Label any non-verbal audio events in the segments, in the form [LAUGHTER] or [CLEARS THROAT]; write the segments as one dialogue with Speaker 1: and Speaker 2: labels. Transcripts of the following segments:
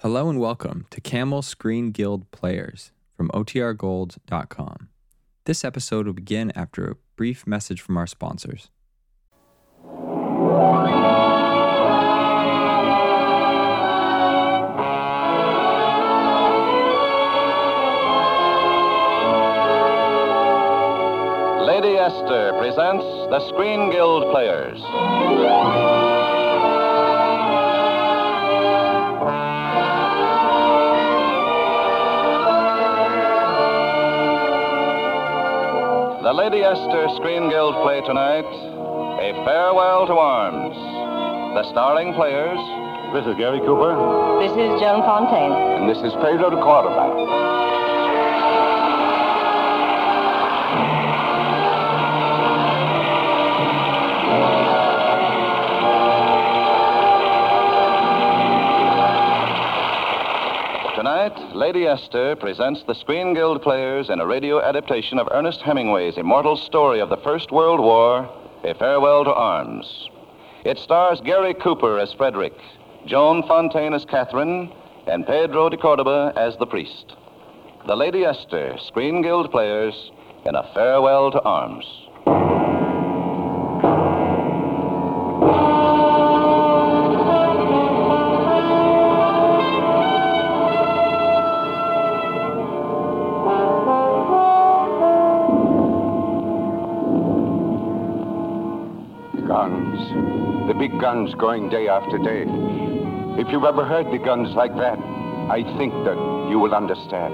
Speaker 1: Hello and welcome to Camel Screen Guild Players from OTRGold.com. This episode will begin after a brief message from our sponsors.
Speaker 2: Lady Esther presents the Screen Guild Players. The Lady Esther Screen Guild play tonight A Farewell to Arms. The starring players. This is Gary Cooper.
Speaker 3: This is Joan Fontaine.
Speaker 2: And this is Pedro de Cordova. Tonight, Lady Esther presents the Screen Guild players in a radio adaptation of Ernest Hemingway's immortal story of the First World War, A Farewell to Arms. It stars Gary Cooper as Frederick, Joan Fontaine as Catherine, and Pedro de Cordoba as the priest. The Lady Esther, Screen Guild players in a Farewell to Arms.
Speaker 4: Guns. The big guns going day after day. If you've ever heard the guns like that, I think that you will understand.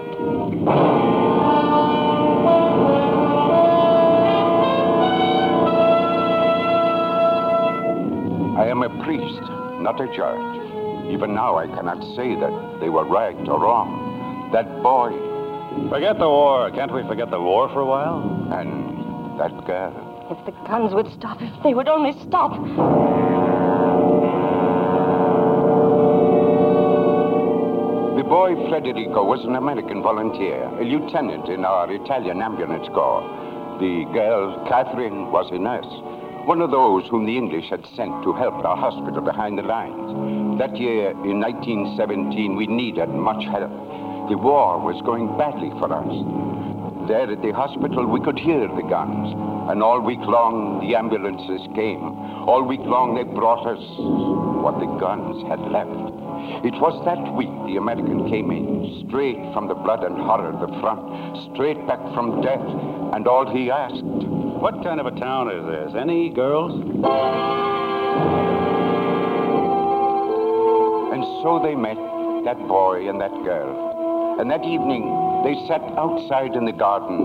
Speaker 4: I am a priest, not a judge. Even now, I cannot say that they were right or wrong. That boy
Speaker 2: Forget the war. Can't we forget the war for a while?
Speaker 4: and that girl.
Speaker 3: If the guns would stop, if they would only stop. Mm,
Speaker 4: The boy Federico was an American volunteer, a lieutenant in our Italian ambulance corps. The girl, Catherine, was a nurse, one of those whom the English had sent to help our hospital behind the lines. That year, in 1917, we needed much help. The war was going badly for us. There at the hospital, we could hear the guns, and all week long, the ambulances came. All week long, they brought us what the guns had left. It was that week the American came in, straight from the blood and horror of the front, straight back from death, and all he asked
Speaker 2: What kind of a town is this? Any girls?
Speaker 4: And so they met, that boy and that girl. And that evening, they sat outside in the garden,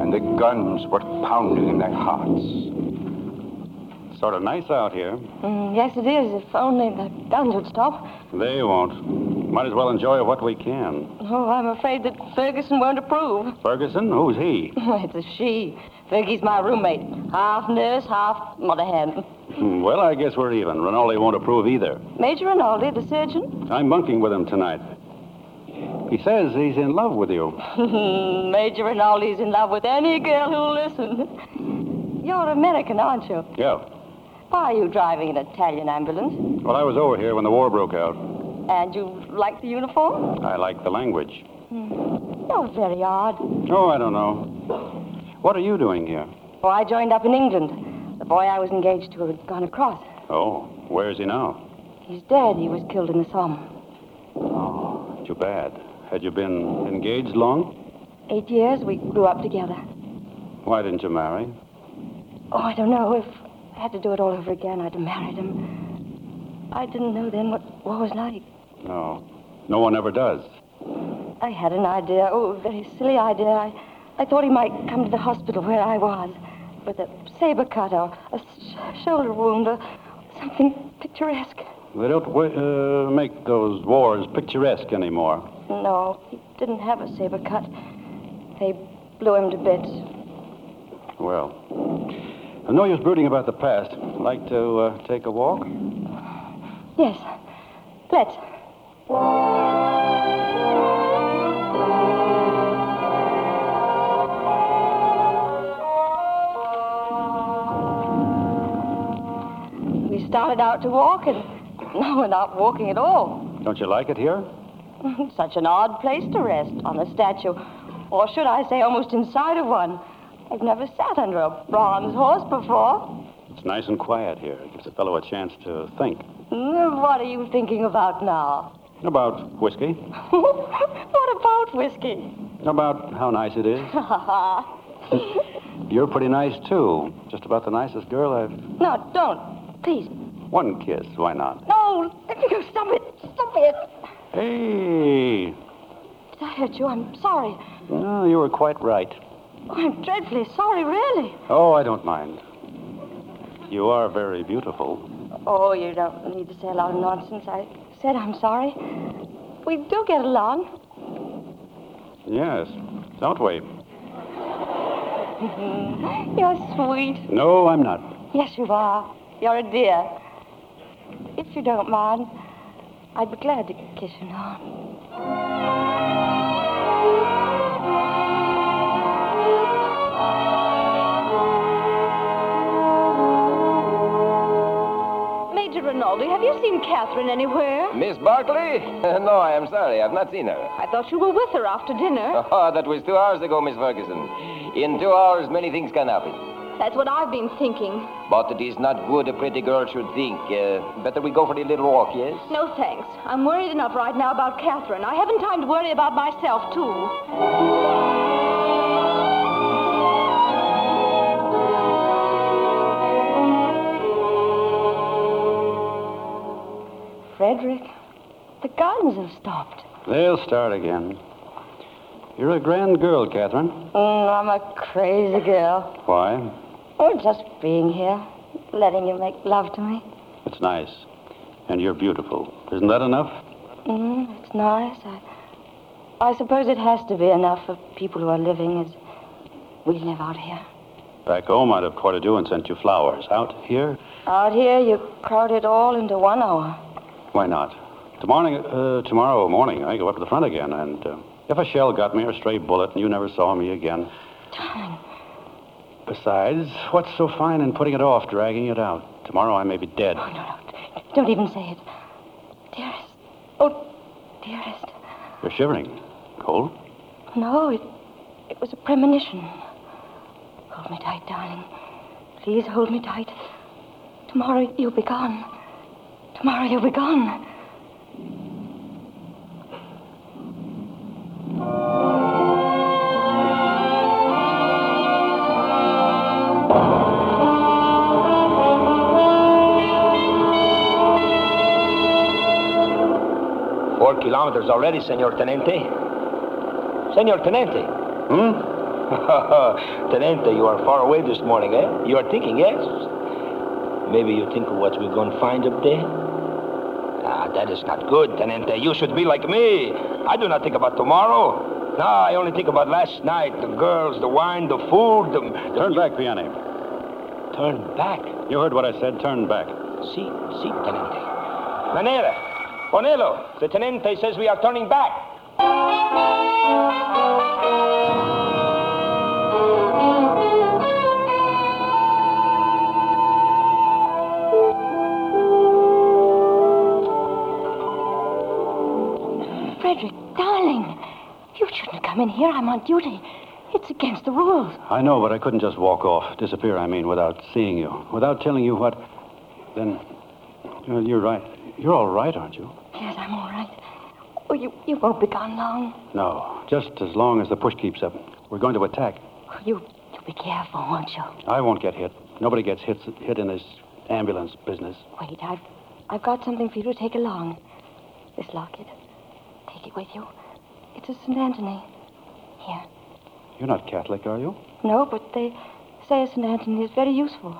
Speaker 4: and the guns were pounding in their hearts.
Speaker 2: Sort of nice out here.
Speaker 3: Mm, yes, it is. If only the guns would stop.
Speaker 2: They won't. Might as well enjoy what we can.
Speaker 3: Oh, I'm afraid that Ferguson won't approve. [LAUGHS]
Speaker 2: Ferguson? Who's he? [LAUGHS]
Speaker 3: It's a she. Fergie's my roommate. Half nurse, half mother hen.
Speaker 2: Hmm, Well, I guess we're even. Rinaldi won't approve either.
Speaker 3: Major Rinaldi, the surgeon?
Speaker 2: I'm bunking with him tonight. He says he's in love with you.
Speaker 3: Major Rinaldi's in love with any girl who'll listen. [LAUGHS] You're American, aren't you?
Speaker 2: Yeah.
Speaker 3: Why are you driving an Italian ambulance?
Speaker 2: Well, I was over here when the war broke out.
Speaker 3: And you like the uniform?
Speaker 2: I like the language.
Speaker 3: Oh, very odd.
Speaker 2: Oh, I don't know. What are you doing here?
Speaker 3: Oh, I joined up in England. The boy I was engaged to had gone across.
Speaker 2: Oh, where is he now?
Speaker 3: He's dead. He was killed in the Somme.
Speaker 2: Oh, too bad. Had you been engaged long?
Speaker 3: Eight years we grew up together.
Speaker 2: Why didn't you marry?
Speaker 3: Oh, I don't know. If I had to do it all over again, I'd have married him. I didn't know then what war was like.
Speaker 2: No. No one ever does.
Speaker 3: I had an idea. Oh, a very silly idea. I, I thought he might come to the hospital where I was with a saber cut or a sh- shoulder wound or something picturesque.
Speaker 2: They don't wi- uh, make those wars picturesque anymore.
Speaker 3: No, he didn't have a saber cut. They blew him to bits.
Speaker 2: Well, no use brooding about the past. Like to uh, take a walk?
Speaker 3: Yes. Let's. We started out to walk, and now we're not walking at all. [LAUGHS]
Speaker 2: Don't you like it here?
Speaker 3: Such an odd place to rest, on a statue. Or should I say, almost inside of one. I've never sat under a bronze horse before.
Speaker 2: It's nice and quiet here. It gives a fellow a chance to think.
Speaker 3: Mm, What are you thinking about now? [LAUGHS]
Speaker 2: About whiskey.
Speaker 3: what about whiskey?
Speaker 2: About how nice it is. You're pretty nice, too. Just about the nicest girl I've...
Speaker 3: No, don't. Please.
Speaker 2: One kiss, why not?
Speaker 3: No, let me go. Stop it. Stop it.
Speaker 2: Hey!
Speaker 3: Did I hurt you? I'm sorry.
Speaker 2: No, you were quite right.
Speaker 3: I'm dreadfully sorry, really.
Speaker 2: Oh, I don't mind. You are very beautiful.
Speaker 3: Oh, you don't need to say a lot of nonsense. I said I'm sorry. We do get along.
Speaker 2: Yes, don't we?
Speaker 3: You're sweet.
Speaker 2: No, I'm not.
Speaker 3: Yes, you are. You're a dear. If you don't mind, I'd be glad to kiss you now. Major Rinaldi, have you seen Catherine anywhere?
Speaker 5: Miss
Speaker 6: [LAUGHS]
Speaker 5: Barkley? no, I am sorry. I've not seen her.
Speaker 3: I thought you were with her after dinner.
Speaker 7: Uh.
Speaker 6: Ah,
Speaker 5: Oh, that was two hours ago, Miss Ferguson. In two hours, many things can happen.
Speaker 3: That's what I've been thinking.
Speaker 5: But it is not good a pretty girl should think. Uh, better we go for a little walk, yes?
Speaker 3: No thanks. I'm worried enough right now about Catherine. I haven't time to worry about myself, too. Frederick, the guns have stopped.
Speaker 2: They'll start again. You're a grand girl, Catherine.
Speaker 3: Mm, I'm a crazy girl.
Speaker 2: Why?
Speaker 3: Oh, just being here, letting you make love to me.
Speaker 2: It's nice. And you're beautiful. Isn't that enough?
Speaker 3: Mm, it's nice. I, I suppose it has to be enough for people who are living as we live out here.
Speaker 2: Back home, I'd have courted you and sent you flowers. Out here?
Speaker 3: Out here, you crowd it all into one hour.
Speaker 2: Why not? Tomorrow, uh, tomorrow morning, I go up to the front again, and uh, if a shell got me or a stray bullet and you never saw me again. Besides, what's so fine in putting it off, dragging it out? Tomorrow I may be dead.
Speaker 3: No, no, d- don't even say it. Dearest. Oh, dearest.
Speaker 2: You're shivering. Cold?
Speaker 3: No, it, it was a premonition. Hold me tight, darling. Please hold me tight. Tomorrow you'll be gone. Tomorrow you'll be gone.
Speaker 6: Four kilometers already, Senor Tenente. Senor Tenente. Hmm? [LAUGHS] Tenente, you are far away this morning, eh? You are thinking, yes? Maybe you think of what we're going to find up there? Ah, that is not good, Tenente. You should be like me. I do not think about tomorrow. No, I only think about last night, the girls, the wine, the food, the... the-
Speaker 2: Turn back, Vianney.
Speaker 6: Turn back.
Speaker 2: You heard what I said. Turn back.
Speaker 6: See, see, Tenente. Manera, Bonello, the Tenente says we are turning back.
Speaker 3: Frederick, darling. You shouldn't come in here. I'm on duty. It's against the rules.
Speaker 2: I know, but I couldn't just walk off. Disappear, I mean, without seeing you. Without telling you what. Then. uh, You're right. You're all right, aren't you?
Speaker 3: Yes, I'm all right. Oh, you, you won't be gone long.
Speaker 2: No, just as long as the push keeps up. We're going to attack.
Speaker 3: Oh, you, you'll be careful, won't you?
Speaker 2: I won't get hit. Nobody gets hit, hit in this ambulance business.
Speaker 3: Wait, I've, I've got something for you to take along. This locket. Take it with you. It's a St. Anthony. Here.
Speaker 2: You're not Catholic, are you?
Speaker 3: No, but they say St. Anthony is very useful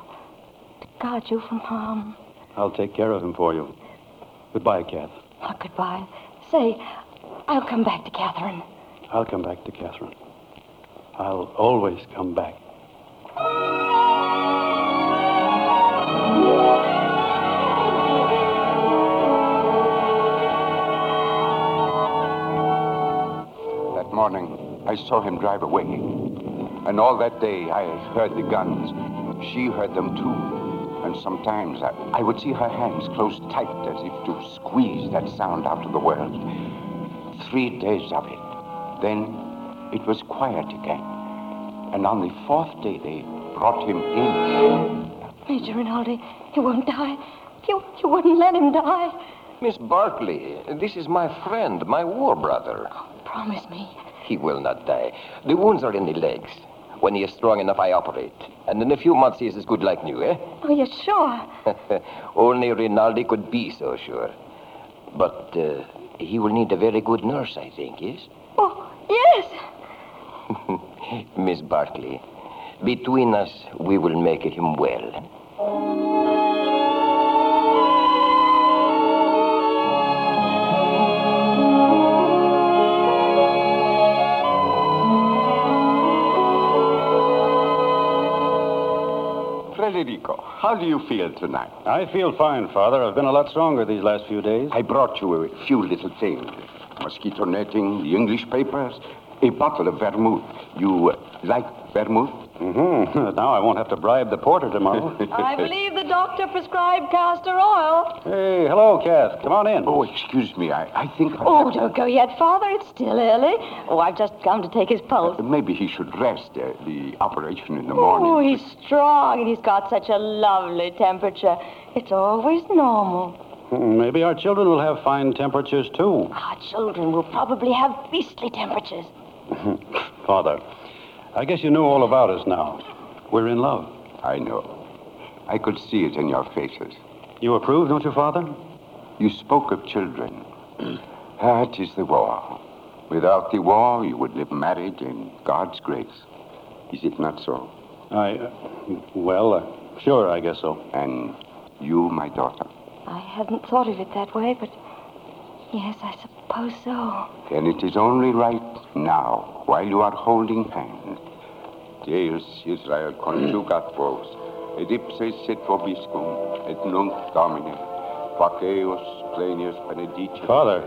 Speaker 3: to guard you from harm.
Speaker 2: I'll take care of him for you. Goodbye, Kath.
Speaker 3: Oh, goodbye. Say, I'll come back to Catherine.
Speaker 2: I'll come back to Catherine. I'll always come back.
Speaker 8: That morning, I saw him drive away. And all that day, I heard the guns. She heard them too. And sometimes I, I would see her hands close tight as if to squeeze that sound out of the world. three days of it. Then it was quiet again. And on the fourth day, they brought him in.
Speaker 3: Major Rinaldi, he won't die. You, you wouldn't let him die.
Speaker 7: Miss Barkley, this is my friend, my war brother.
Speaker 3: Promise me.
Speaker 7: He will not die. The wounds are in the legs. When he is strong enough, I operate. And in a few months, he is as good like new, eh? [LAUGHS]
Speaker 3: Oh, yes, sure.
Speaker 7: Only Rinaldi could be so sure. But uh, he will need a very good nurse, I think, yes?
Speaker 3: Oh, yes.
Speaker 7: Miss Barkley, between us, we will make him well.
Speaker 8: Frederico, how do you feel tonight?
Speaker 2: I feel fine, Father. I've been a lot stronger these last few days.
Speaker 8: I brought you a few little things mosquito netting, the English papers, a bottle of vermouth. You uh, like vermouth?
Speaker 2: Mm-hmm. [LAUGHS] Now I won't have to bribe the porter [LAUGHS] tomorrow.
Speaker 3: I believe the doctor prescribed castor oil.
Speaker 2: hey, hello, Kath. Come on in.
Speaker 8: Oh, excuse me. I, I think.
Speaker 3: Oh, don't go yet, Father. It's still early. Oh, I've just come to take his pulse.
Speaker 8: Maybe he should rest uh, the operation in the
Speaker 3: Oh,
Speaker 8: morning.
Speaker 3: he's strong and he's got such a lovely temperature. It's always normal.
Speaker 2: Mm, Maybe our children will have fine temperatures, too.
Speaker 3: Our children will probably have beastly temperatures.
Speaker 2: Father, I guess you know all about us now. We're in love.
Speaker 8: I know. I could see it in your faces.
Speaker 2: You approve, don't you, Father?
Speaker 8: You spoke of
Speaker 3: [CLEARS THROAT]
Speaker 8: children. that is the war. Without the war, you would live married in God's grace. Is it not so?
Speaker 2: I, uh, well, uh, sure, I guess so.
Speaker 8: And you, my daughter.
Speaker 3: I hadn't thought of it that way, but yes, I suppose so.
Speaker 8: Then it is only right now, while you are holding hands. Deus Israel
Speaker 2: Mm.
Speaker 8: conjugat vos, et ipse sit vobiscum, et nunc domine, fac eos plenius benedicere.
Speaker 2: Father,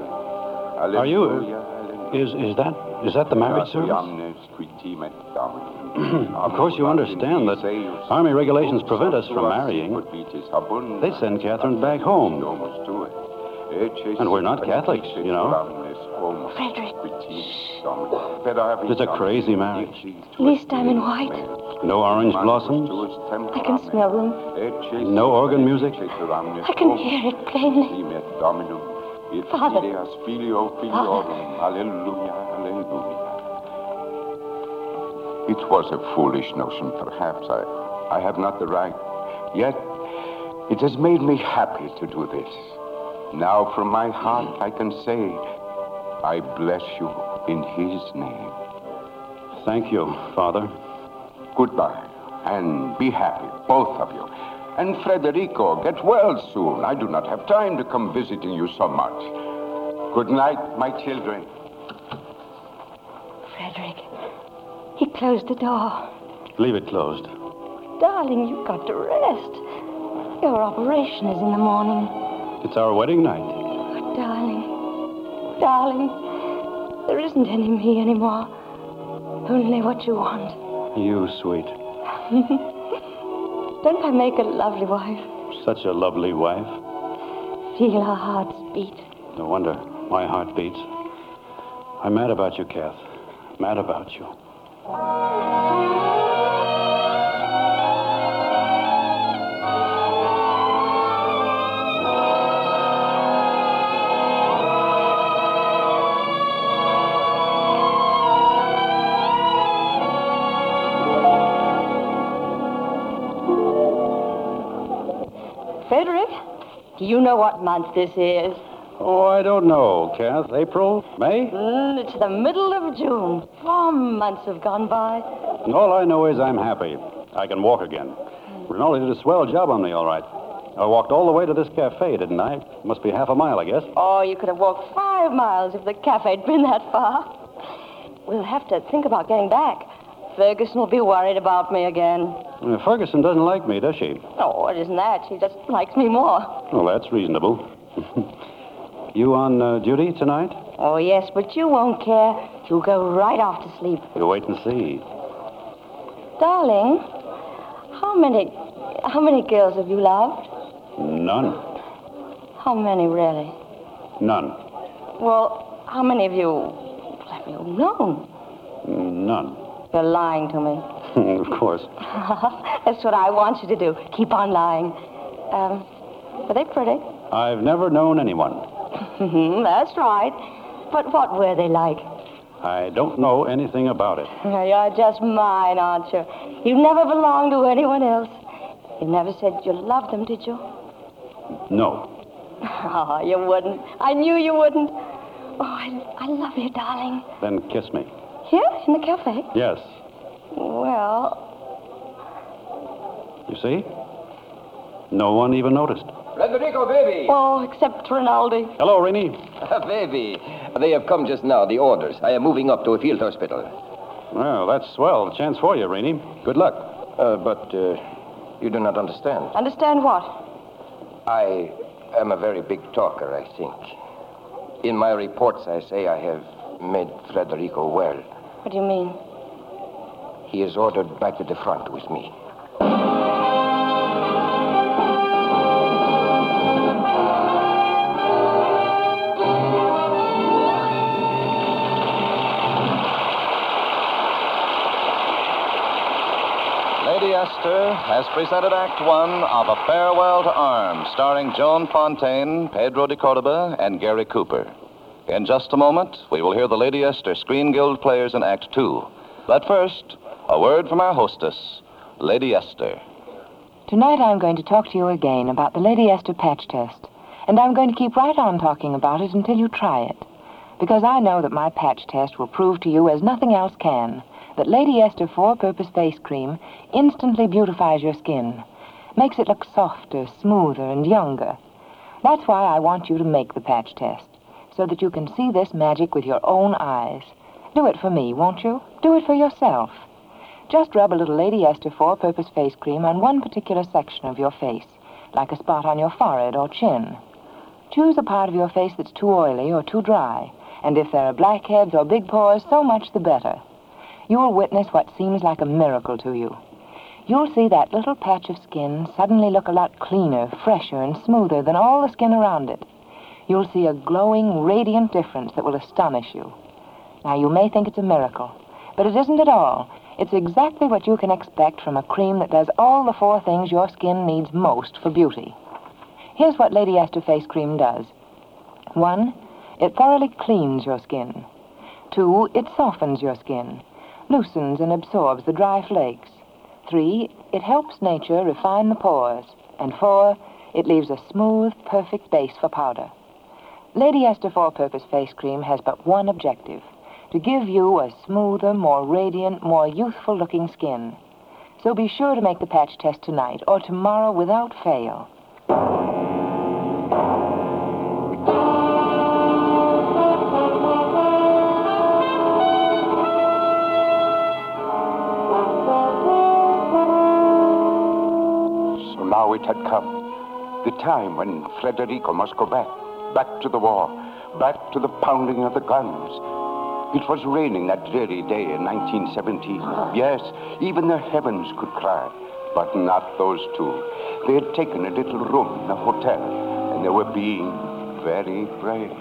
Speaker 8: Alleluia,
Speaker 2: you-
Speaker 8: alleluia.
Speaker 2: Is is that is that the marriage service? [CLEARS THROAT]
Speaker 8: of
Speaker 2: course you understand that army regulations prevent us from marrying. They send Catherine back home. And we're not Catholics, you
Speaker 8: know.
Speaker 3: Frederick,
Speaker 8: It's
Speaker 2: It's a crazy marriage.
Speaker 3: At least I'm in white.
Speaker 2: No orange blossoms.
Speaker 3: I can smell them.
Speaker 2: No organ music?
Speaker 8: I
Speaker 3: I
Speaker 8: Oh.
Speaker 3: can hear it plainly. Father.
Speaker 8: It was a foolish notion, perhaps. I, I have not the right. Yet, it has made me happy to do this. Now, from my heart, I can say, I bless you in His name.
Speaker 2: Thank you, Father.
Speaker 8: Goodbye, and be happy, both of you. And Frederico, get well soon. I do not have time to come visiting you so much. Good night, my children.
Speaker 3: Frederick, he closed the door.
Speaker 2: Leave it closed.
Speaker 3: Darling, you've got to rest. Your operation is in the morning.
Speaker 2: It's our wedding night.
Speaker 3: Oh, darling, darling, there isn't any me anymore. Only what you want.
Speaker 2: You sweet.
Speaker 3: Don't I make a lovely wife?
Speaker 2: Such a lovely wife.
Speaker 3: Feel our hearts beat.
Speaker 2: No wonder my heart beats. I'm mad about you, Kath. Mad about you.
Speaker 3: Frederick, do you know what month this is?
Speaker 2: Oh, I don't know, Kath. April? May?
Speaker 3: Mm, it's the middle of June. Four months have gone by.
Speaker 2: And all I know is I'm happy. I can walk again. Rinaldi did a swell job on me, all right. I walked all the way to this cafe, didn't I? Must be half a mile, I guess.
Speaker 3: Oh, you could have walked five miles if the cafe'd been that far. We'll have to think about getting back. Ferguson will be worried about me again.
Speaker 2: Uh, Ferguson doesn't like me, does she?
Speaker 3: Oh, it isn't that. She just likes me more.
Speaker 2: Well, that's reasonable. [LAUGHS] you on uh, duty tonight?
Speaker 3: Oh, yes, but you won't care. You'll go right off to sleep.
Speaker 2: You wait and see.
Speaker 3: Darling, how many how many girls have you loved?
Speaker 2: None.
Speaker 3: How many, really?
Speaker 2: None.
Speaker 3: Well, How many of you have you known?
Speaker 2: None. [LAUGHS]
Speaker 3: You're lying to me.
Speaker 2: of course.
Speaker 3: That's what I want you to do. Keep on lying. Um, were they pretty?
Speaker 2: I've never known anyone.
Speaker 3: Mhm, That's right. But what were they like?
Speaker 2: I don't know anything about it.
Speaker 3: Now, You're just mine, aren't you? You never belonged to anyone else. You never said you loved them, did you?
Speaker 2: No.
Speaker 3: Oh, you wouldn't. I knew you wouldn't. Oh, I, I love you, darling.
Speaker 2: Then kiss me.
Speaker 3: Here, in the cafe?
Speaker 2: Yes.
Speaker 3: Well,
Speaker 2: You see? No one even noticed.
Speaker 7: Federico, baby! [LAUGHS]
Speaker 3: oh, except Rinaldi.
Speaker 2: Hello, Rainey.
Speaker 7: baby! They have come just now, the orders. I am moving up to a field hospital.
Speaker 2: Well, that's swell. Chance for you, Rainey.
Speaker 7: Good luck. Uh, but uh, you do not understand.
Speaker 3: Understand what?
Speaker 7: I am a very big talker, I think. In my reports, I say I have made Federico well.
Speaker 3: What do you mean?
Speaker 7: He is ordered back to the front with me.
Speaker 5: Lady Esther has presented Act One of A Farewell to Arms, starring Joan Fontaine, Pedro de Cordoba, and Gary Cooper. In just a moment, we will hear the Lady Esther Screen Guild players in Act Two. But first, a word from our hostess, Lady Esther.
Speaker 9: Tonight I'm going to talk to you again about the Lady Esther patch test, and I'm going to keep right on talking about it until you try it. Because I know that my patch test will prove to you, as nothing else can, that Lady Esther four purpose face cream instantly beautifies your skin, makes it look softer, smoother, and younger. That's why I want you to make the patch test, so that you can see this magic with your own eyes. Do it for me, won't you? Do it for yourself. Just rub a little Lady Esther four purpose face cream on one particular section of your face, like a spot on your forehead or chin. Choose a part of your face that's too oily or too dry, and if there are blackheads or big pores, so much the better. You'll witness what seems like a miracle to you. You'll see that little patch of skin suddenly look a lot cleaner, fresher, and smoother than all the skin around it. You'll see a glowing, radiant difference that will astonish you. Now, you may think it's a miracle, but it isn't at all. It's exactly what you can expect from a cream that does all the four things your skin needs most for beauty. Here's what Lady Esther Face Cream does. One, it thoroughly cleans your skin. Two, it softens your skin, loosens and absorbs the dry flakes. Three, it helps nature refine the pores. And four, it leaves a smooth, perfect base for powder. Lady Esther Four Purpose Face Cream has but one objective to give you a smoother, more radiant, more youthful looking skin. So be sure to make the patch test tonight or tomorrow without fail.
Speaker 8: So now it had come. The time when Federico must go back, back to the war, back to the pounding of the guns. It was raining that dreary day in 1917. Yes, even the heavens could cry, but not those two. They had taken a little room in a hotel, and they were being very brave.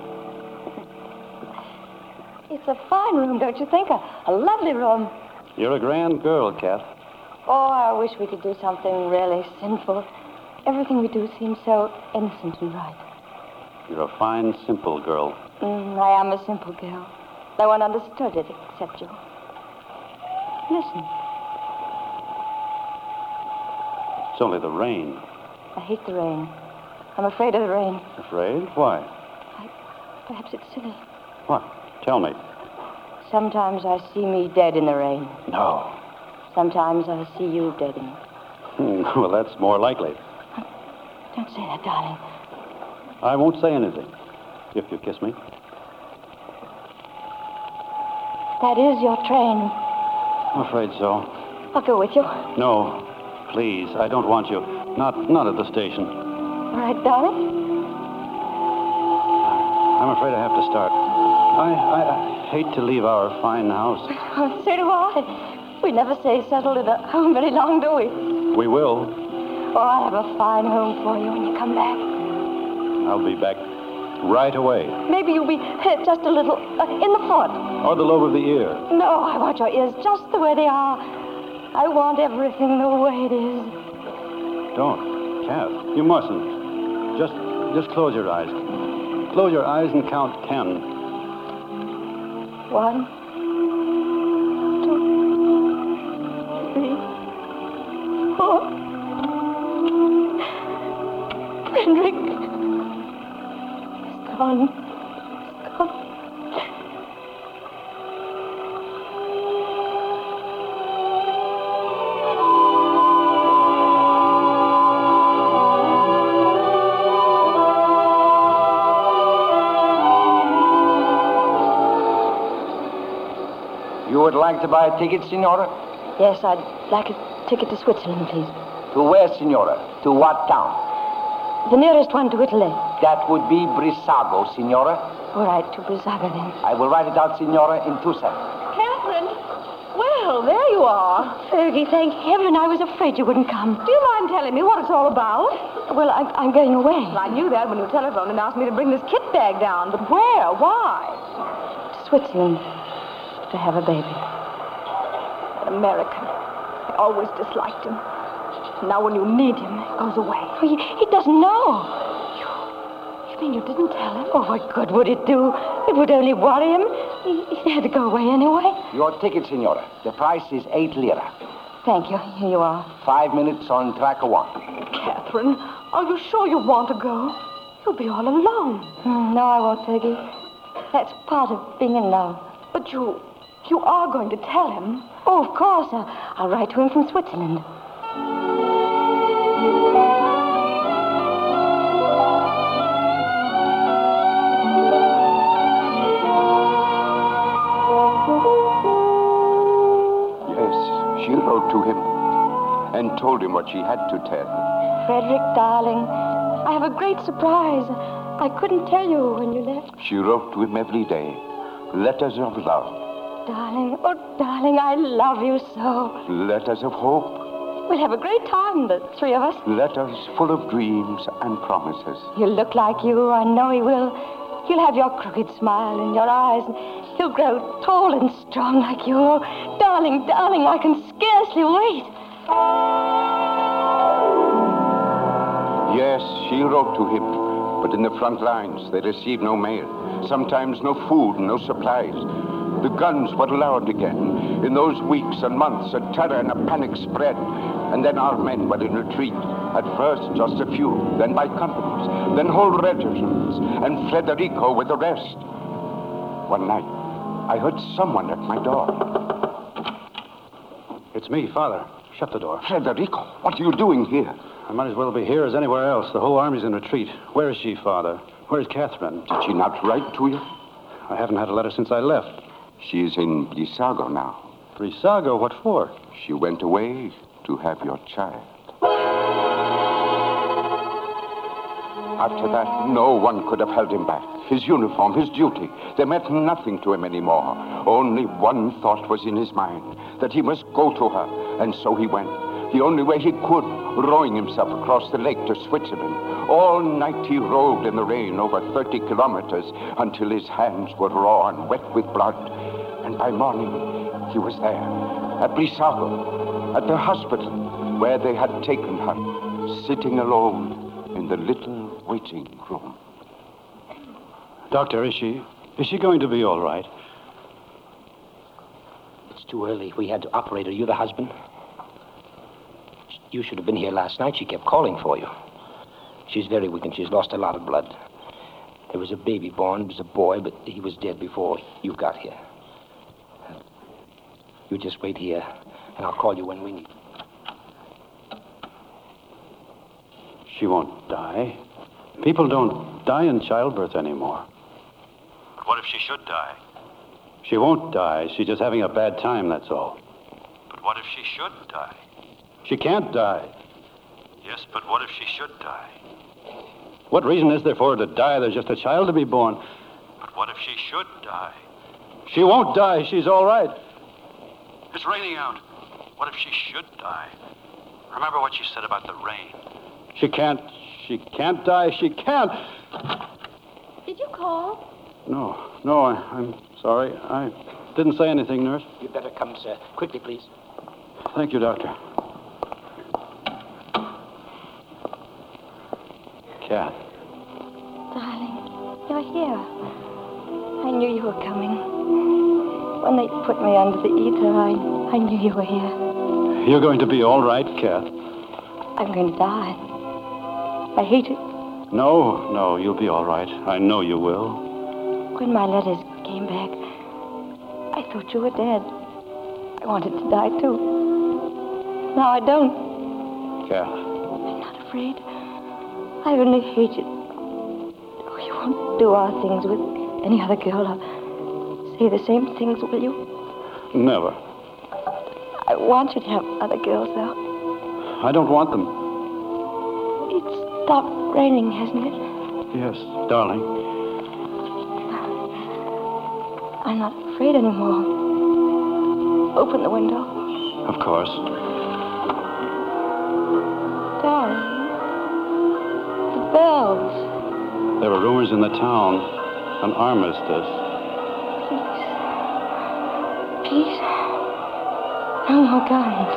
Speaker 3: It's a fine room, don't you think? A, a lovely room.
Speaker 2: You're a grand girl, Kath.
Speaker 3: Oh, I wish we could do something really sinful. Everything we do seems so innocent and right.
Speaker 2: You're a fine, simple girl.
Speaker 3: Mm, I am a simple girl. No one understood it except you. Listen,
Speaker 2: It's only the rain.
Speaker 3: I hate the rain. I'm afraid of the rain.
Speaker 2: Afraid? Why?
Speaker 3: Perhaps it's silly.
Speaker 2: What? Tell me.
Speaker 3: Sometimes I see me dead in the rain.
Speaker 2: No. [LAUGHS]
Speaker 3: Sometimes I see you dead in it.
Speaker 2: well, that's more likely.
Speaker 3: Don't say that, darling.
Speaker 2: I won't say anything if you kiss me.
Speaker 3: That is your train.
Speaker 2: I'm afraid so.
Speaker 3: I'll go with you.
Speaker 2: No. Please, I don't want you. Not not at the station.
Speaker 3: All right, darling?
Speaker 2: I'm afraid I have to start. I, I, I hate to leave our fine house.
Speaker 3: Oh, so do I. We never say settled in a home very long, do we?
Speaker 2: We will.
Speaker 3: Oh, I have a fine home for you when you come back.
Speaker 2: I'll be back. Right away.
Speaker 3: Maybe you'll be hurt just a little uh, in the foot.
Speaker 2: Or the lobe of the ear.
Speaker 3: No, I want your ears just the way they are. I want everything the way it is.
Speaker 2: Don't. Can't. You mustn't. Just, just close your eyes. Close your eyes and count ten.
Speaker 3: One, two, three, four. Frederick is gone. He's gone.
Speaker 7: You would like to buy tickets, Senora?
Speaker 3: Yes, I'd like a ticket to Switzerland, please.
Speaker 7: To where, Senora? To what town?
Speaker 3: The nearest one to Italy.
Speaker 7: That would be Brissago, Senora.
Speaker 3: All right, to Brissaga then.
Speaker 7: I will write it out, Senora, in two seconds.
Speaker 10: Catherine! Well, there you are.
Speaker 3: Fergie, thank heaven I was afraid you wouldn't come.
Speaker 10: Do you mind telling me what it's all about?
Speaker 3: Well, I, I'm going away
Speaker 10: Well, I knew that when you telephoned and asked me to bring this kit bag down, but where? Why?
Speaker 3: to Switzerland to have a baby.
Speaker 10: An American. I always disliked him. Now when you need him, he goes away.
Speaker 3: Oh, he, he doesn't know. You, you mean you didn't tell him? Oh, what good would it do? It would only worry him. He, he had to go away anyway.
Speaker 7: Your ticket, Senora. The price is eight lira.
Speaker 3: Thank you. Here you are.
Speaker 7: Five minutes on track one.
Speaker 10: Catherine, are you sure you want to go? You'll be all alone.
Speaker 3: Hmm, no, I won't, Fergie. That's part of being in love.
Speaker 10: But you, you are going to tell him.
Speaker 3: Oh, of course. I'll, I'll write to him from Switzerland.
Speaker 8: Yes, she wrote to him and told him what she had to tell.
Speaker 3: Frederick, darling, I have a great surprise. I couldn't tell you when you left,
Speaker 8: She wrote to him every day letters of love,
Speaker 3: darling. Oh, darling, I love you so.
Speaker 8: letters of hope,
Speaker 3: We'll have a great time, the three of us.
Speaker 8: letters full of dreams and promises.
Speaker 3: He'll look like you. I know he will. He'll have your crooked smile in your eyes. and He'll grow tall and strong like you. Oh, darling, darling, I can scarcely wait.
Speaker 8: Yes, she wrote to him, but in the front lines they received no mail, sometimes no food, no supplies. The guns were loud again. In those weeks and months, a terror and a panic spread, and then our men were in retreat. At first, just a few, then by companies, then whole regiments, and Federico with the rest. One night, I heard someone at my door.
Speaker 2: It's me, Father. Shut the door.
Speaker 8: Federico, what are you doing here?
Speaker 2: I might as well be here as anywhere else. The whole army's in retreat. Where is she, Father? Where's Catherine?
Speaker 8: Did she not write to you?
Speaker 2: I haven't had a letter since I left.
Speaker 8: She is in Blissago now.
Speaker 2: Brissago, what for?
Speaker 8: She went away to have your child. After that, no one could have held him back. His uniform, his duty, they meant nothing to him anymore. Only one thought was in his mind that he must go to her, and so he went. The only way he could, rowing himself across the lake to Switzerland. All night he rowed in the rain over 30 kilometers until his hands were raw and wet with blood. And by morning, he was there, at Brissago, at the hospital where they had taken her, sitting alone in the little waiting room.
Speaker 2: Doctor, is she. Is she going to be all right?
Speaker 6: It's too early. We had to operate. Are you the husband? You should have been here last night. She kept calling for you. She's very weak and she's lost a lot of blood. There was a baby born. It was a boy, but he was dead before you got here. You just wait here, and I'll call you when we need.
Speaker 2: She won't die. People don't die in childbirth anymore. But what if she should die? She won't die. She's just having a bad time, that's all. But what if she should die? She can't die. Yes, but what if she should die? What reason is there for her to die? There's just a child to be born. But what if she should die? She won't die. She's all right. It's raining out. What if she should die? Remember what you said about the rain. She can't. She can't die. She can't.
Speaker 11: Did you call?
Speaker 2: No, no, I, I'm sorry. I didn't say anything, nurse.
Speaker 6: You'd better come, sir. Quickly, please.
Speaker 2: Thank you, doctor. Cat.
Speaker 3: Darling, you're here. I knew you were coming. When they put me under the ether, I, I knew you were here.
Speaker 2: You're going to be all right, Cat.
Speaker 3: I'm going to die. I hate it.
Speaker 2: No, no, you'll be all right. I know you will.
Speaker 3: When my letters came back, I thought you were dead. I wanted to die too. Now I don't.
Speaker 2: Cat.
Speaker 3: I'm afraid. I only hate it. Oh, you won't do our things with any other girl or say the same things, will you?
Speaker 2: Never.
Speaker 3: I want you to have other girls, though.
Speaker 2: I don't want them.
Speaker 3: It's stopped raining, hasn't it?
Speaker 2: Yes, darling.
Speaker 3: I'm not afraid anymore. Open the window.
Speaker 2: Of course.
Speaker 3: Darling. The bells.
Speaker 2: There were rumors in the town. An armistice.
Speaker 3: Peace. No more guns.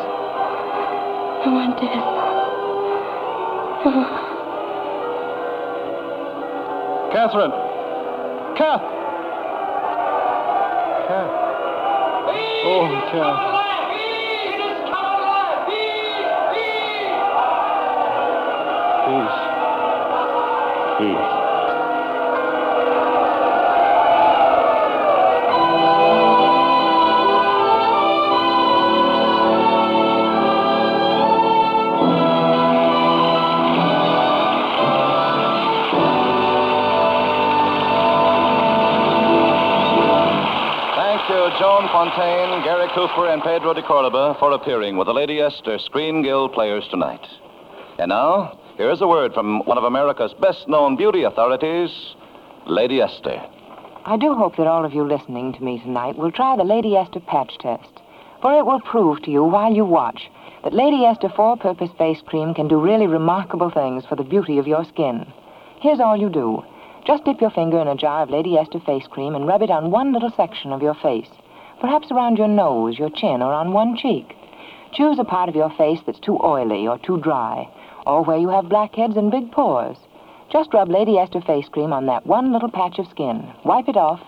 Speaker 3: No more death. No more...
Speaker 2: Catherine! Kath! Kath. Oh, Kath. Peace. Peace.
Speaker 5: Thank you, Joan Fontaine, Gary Cooper, and Pedro de Cordoba for appearing with the Lady Esther Screen Guild players tonight. And now, here's a word from one of America's best known beauty authorities, Lady Esther.
Speaker 9: I do hope that all of you listening to me tonight will try the Lady Esther patch test, for it will prove to you while you watch that Lady Esther four purpose face cream can do really remarkable things for the beauty of your skin. Here's all you do just dip your finger in a jar of Lady Esther face cream and rub it on one little section of your face, perhaps around your nose, your chin, or on one cheek. Choose a part of your face that's too oily or too dry, or where you have blackheads and big pores. Just rub Lady Esther face cream on that one little patch of skin, wipe it off,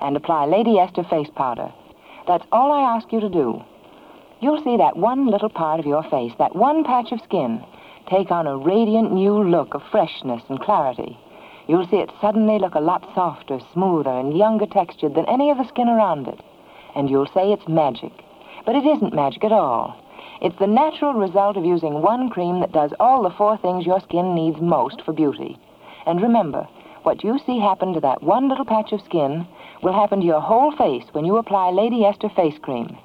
Speaker 9: and apply Lady Esther face powder. That's all I ask you to do. You'll see that one little part of your face, that one patch of skin, take on a radiant new look of freshness and clarity. You'll see it suddenly look a lot softer, smoother, and younger textured than any of the skin around it. And you'll say it's magic. But it isn't magic at all. It's the natural result of using one cream that does all the four things your skin needs most for beauty. And remember, what you see happen to that one little patch of skin will happen to your whole face when you apply Lady Esther face cream.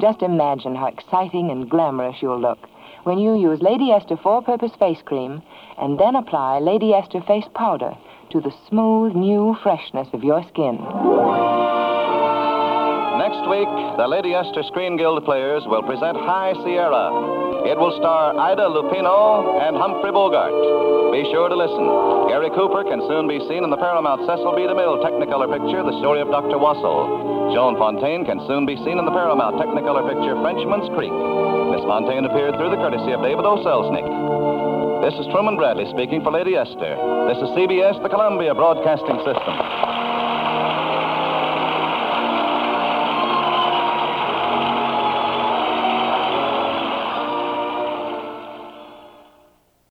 Speaker 9: Just imagine how exciting and glamorous you'll look when you use Lady Esther four-purpose face cream and then apply Lady Esther face powder to the smooth, new freshness of your skin.
Speaker 5: Next week, the Lady Esther Screen Guild players will present High Sierra. It will star Ida Lupino and Humphrey Bogart. Be sure to listen. Gary Cooper can soon be seen in the Paramount Cecil B. DeMille Technicolor picture, The Story of Dr. Wassel. Joan Fontaine can soon be seen in the Paramount Technicolor picture, Frenchman's Creek. Miss Fontaine appeared through the courtesy of David O. Selznick. This is Truman Bradley speaking for Lady Esther. This is CBS, the Columbia Broadcasting System.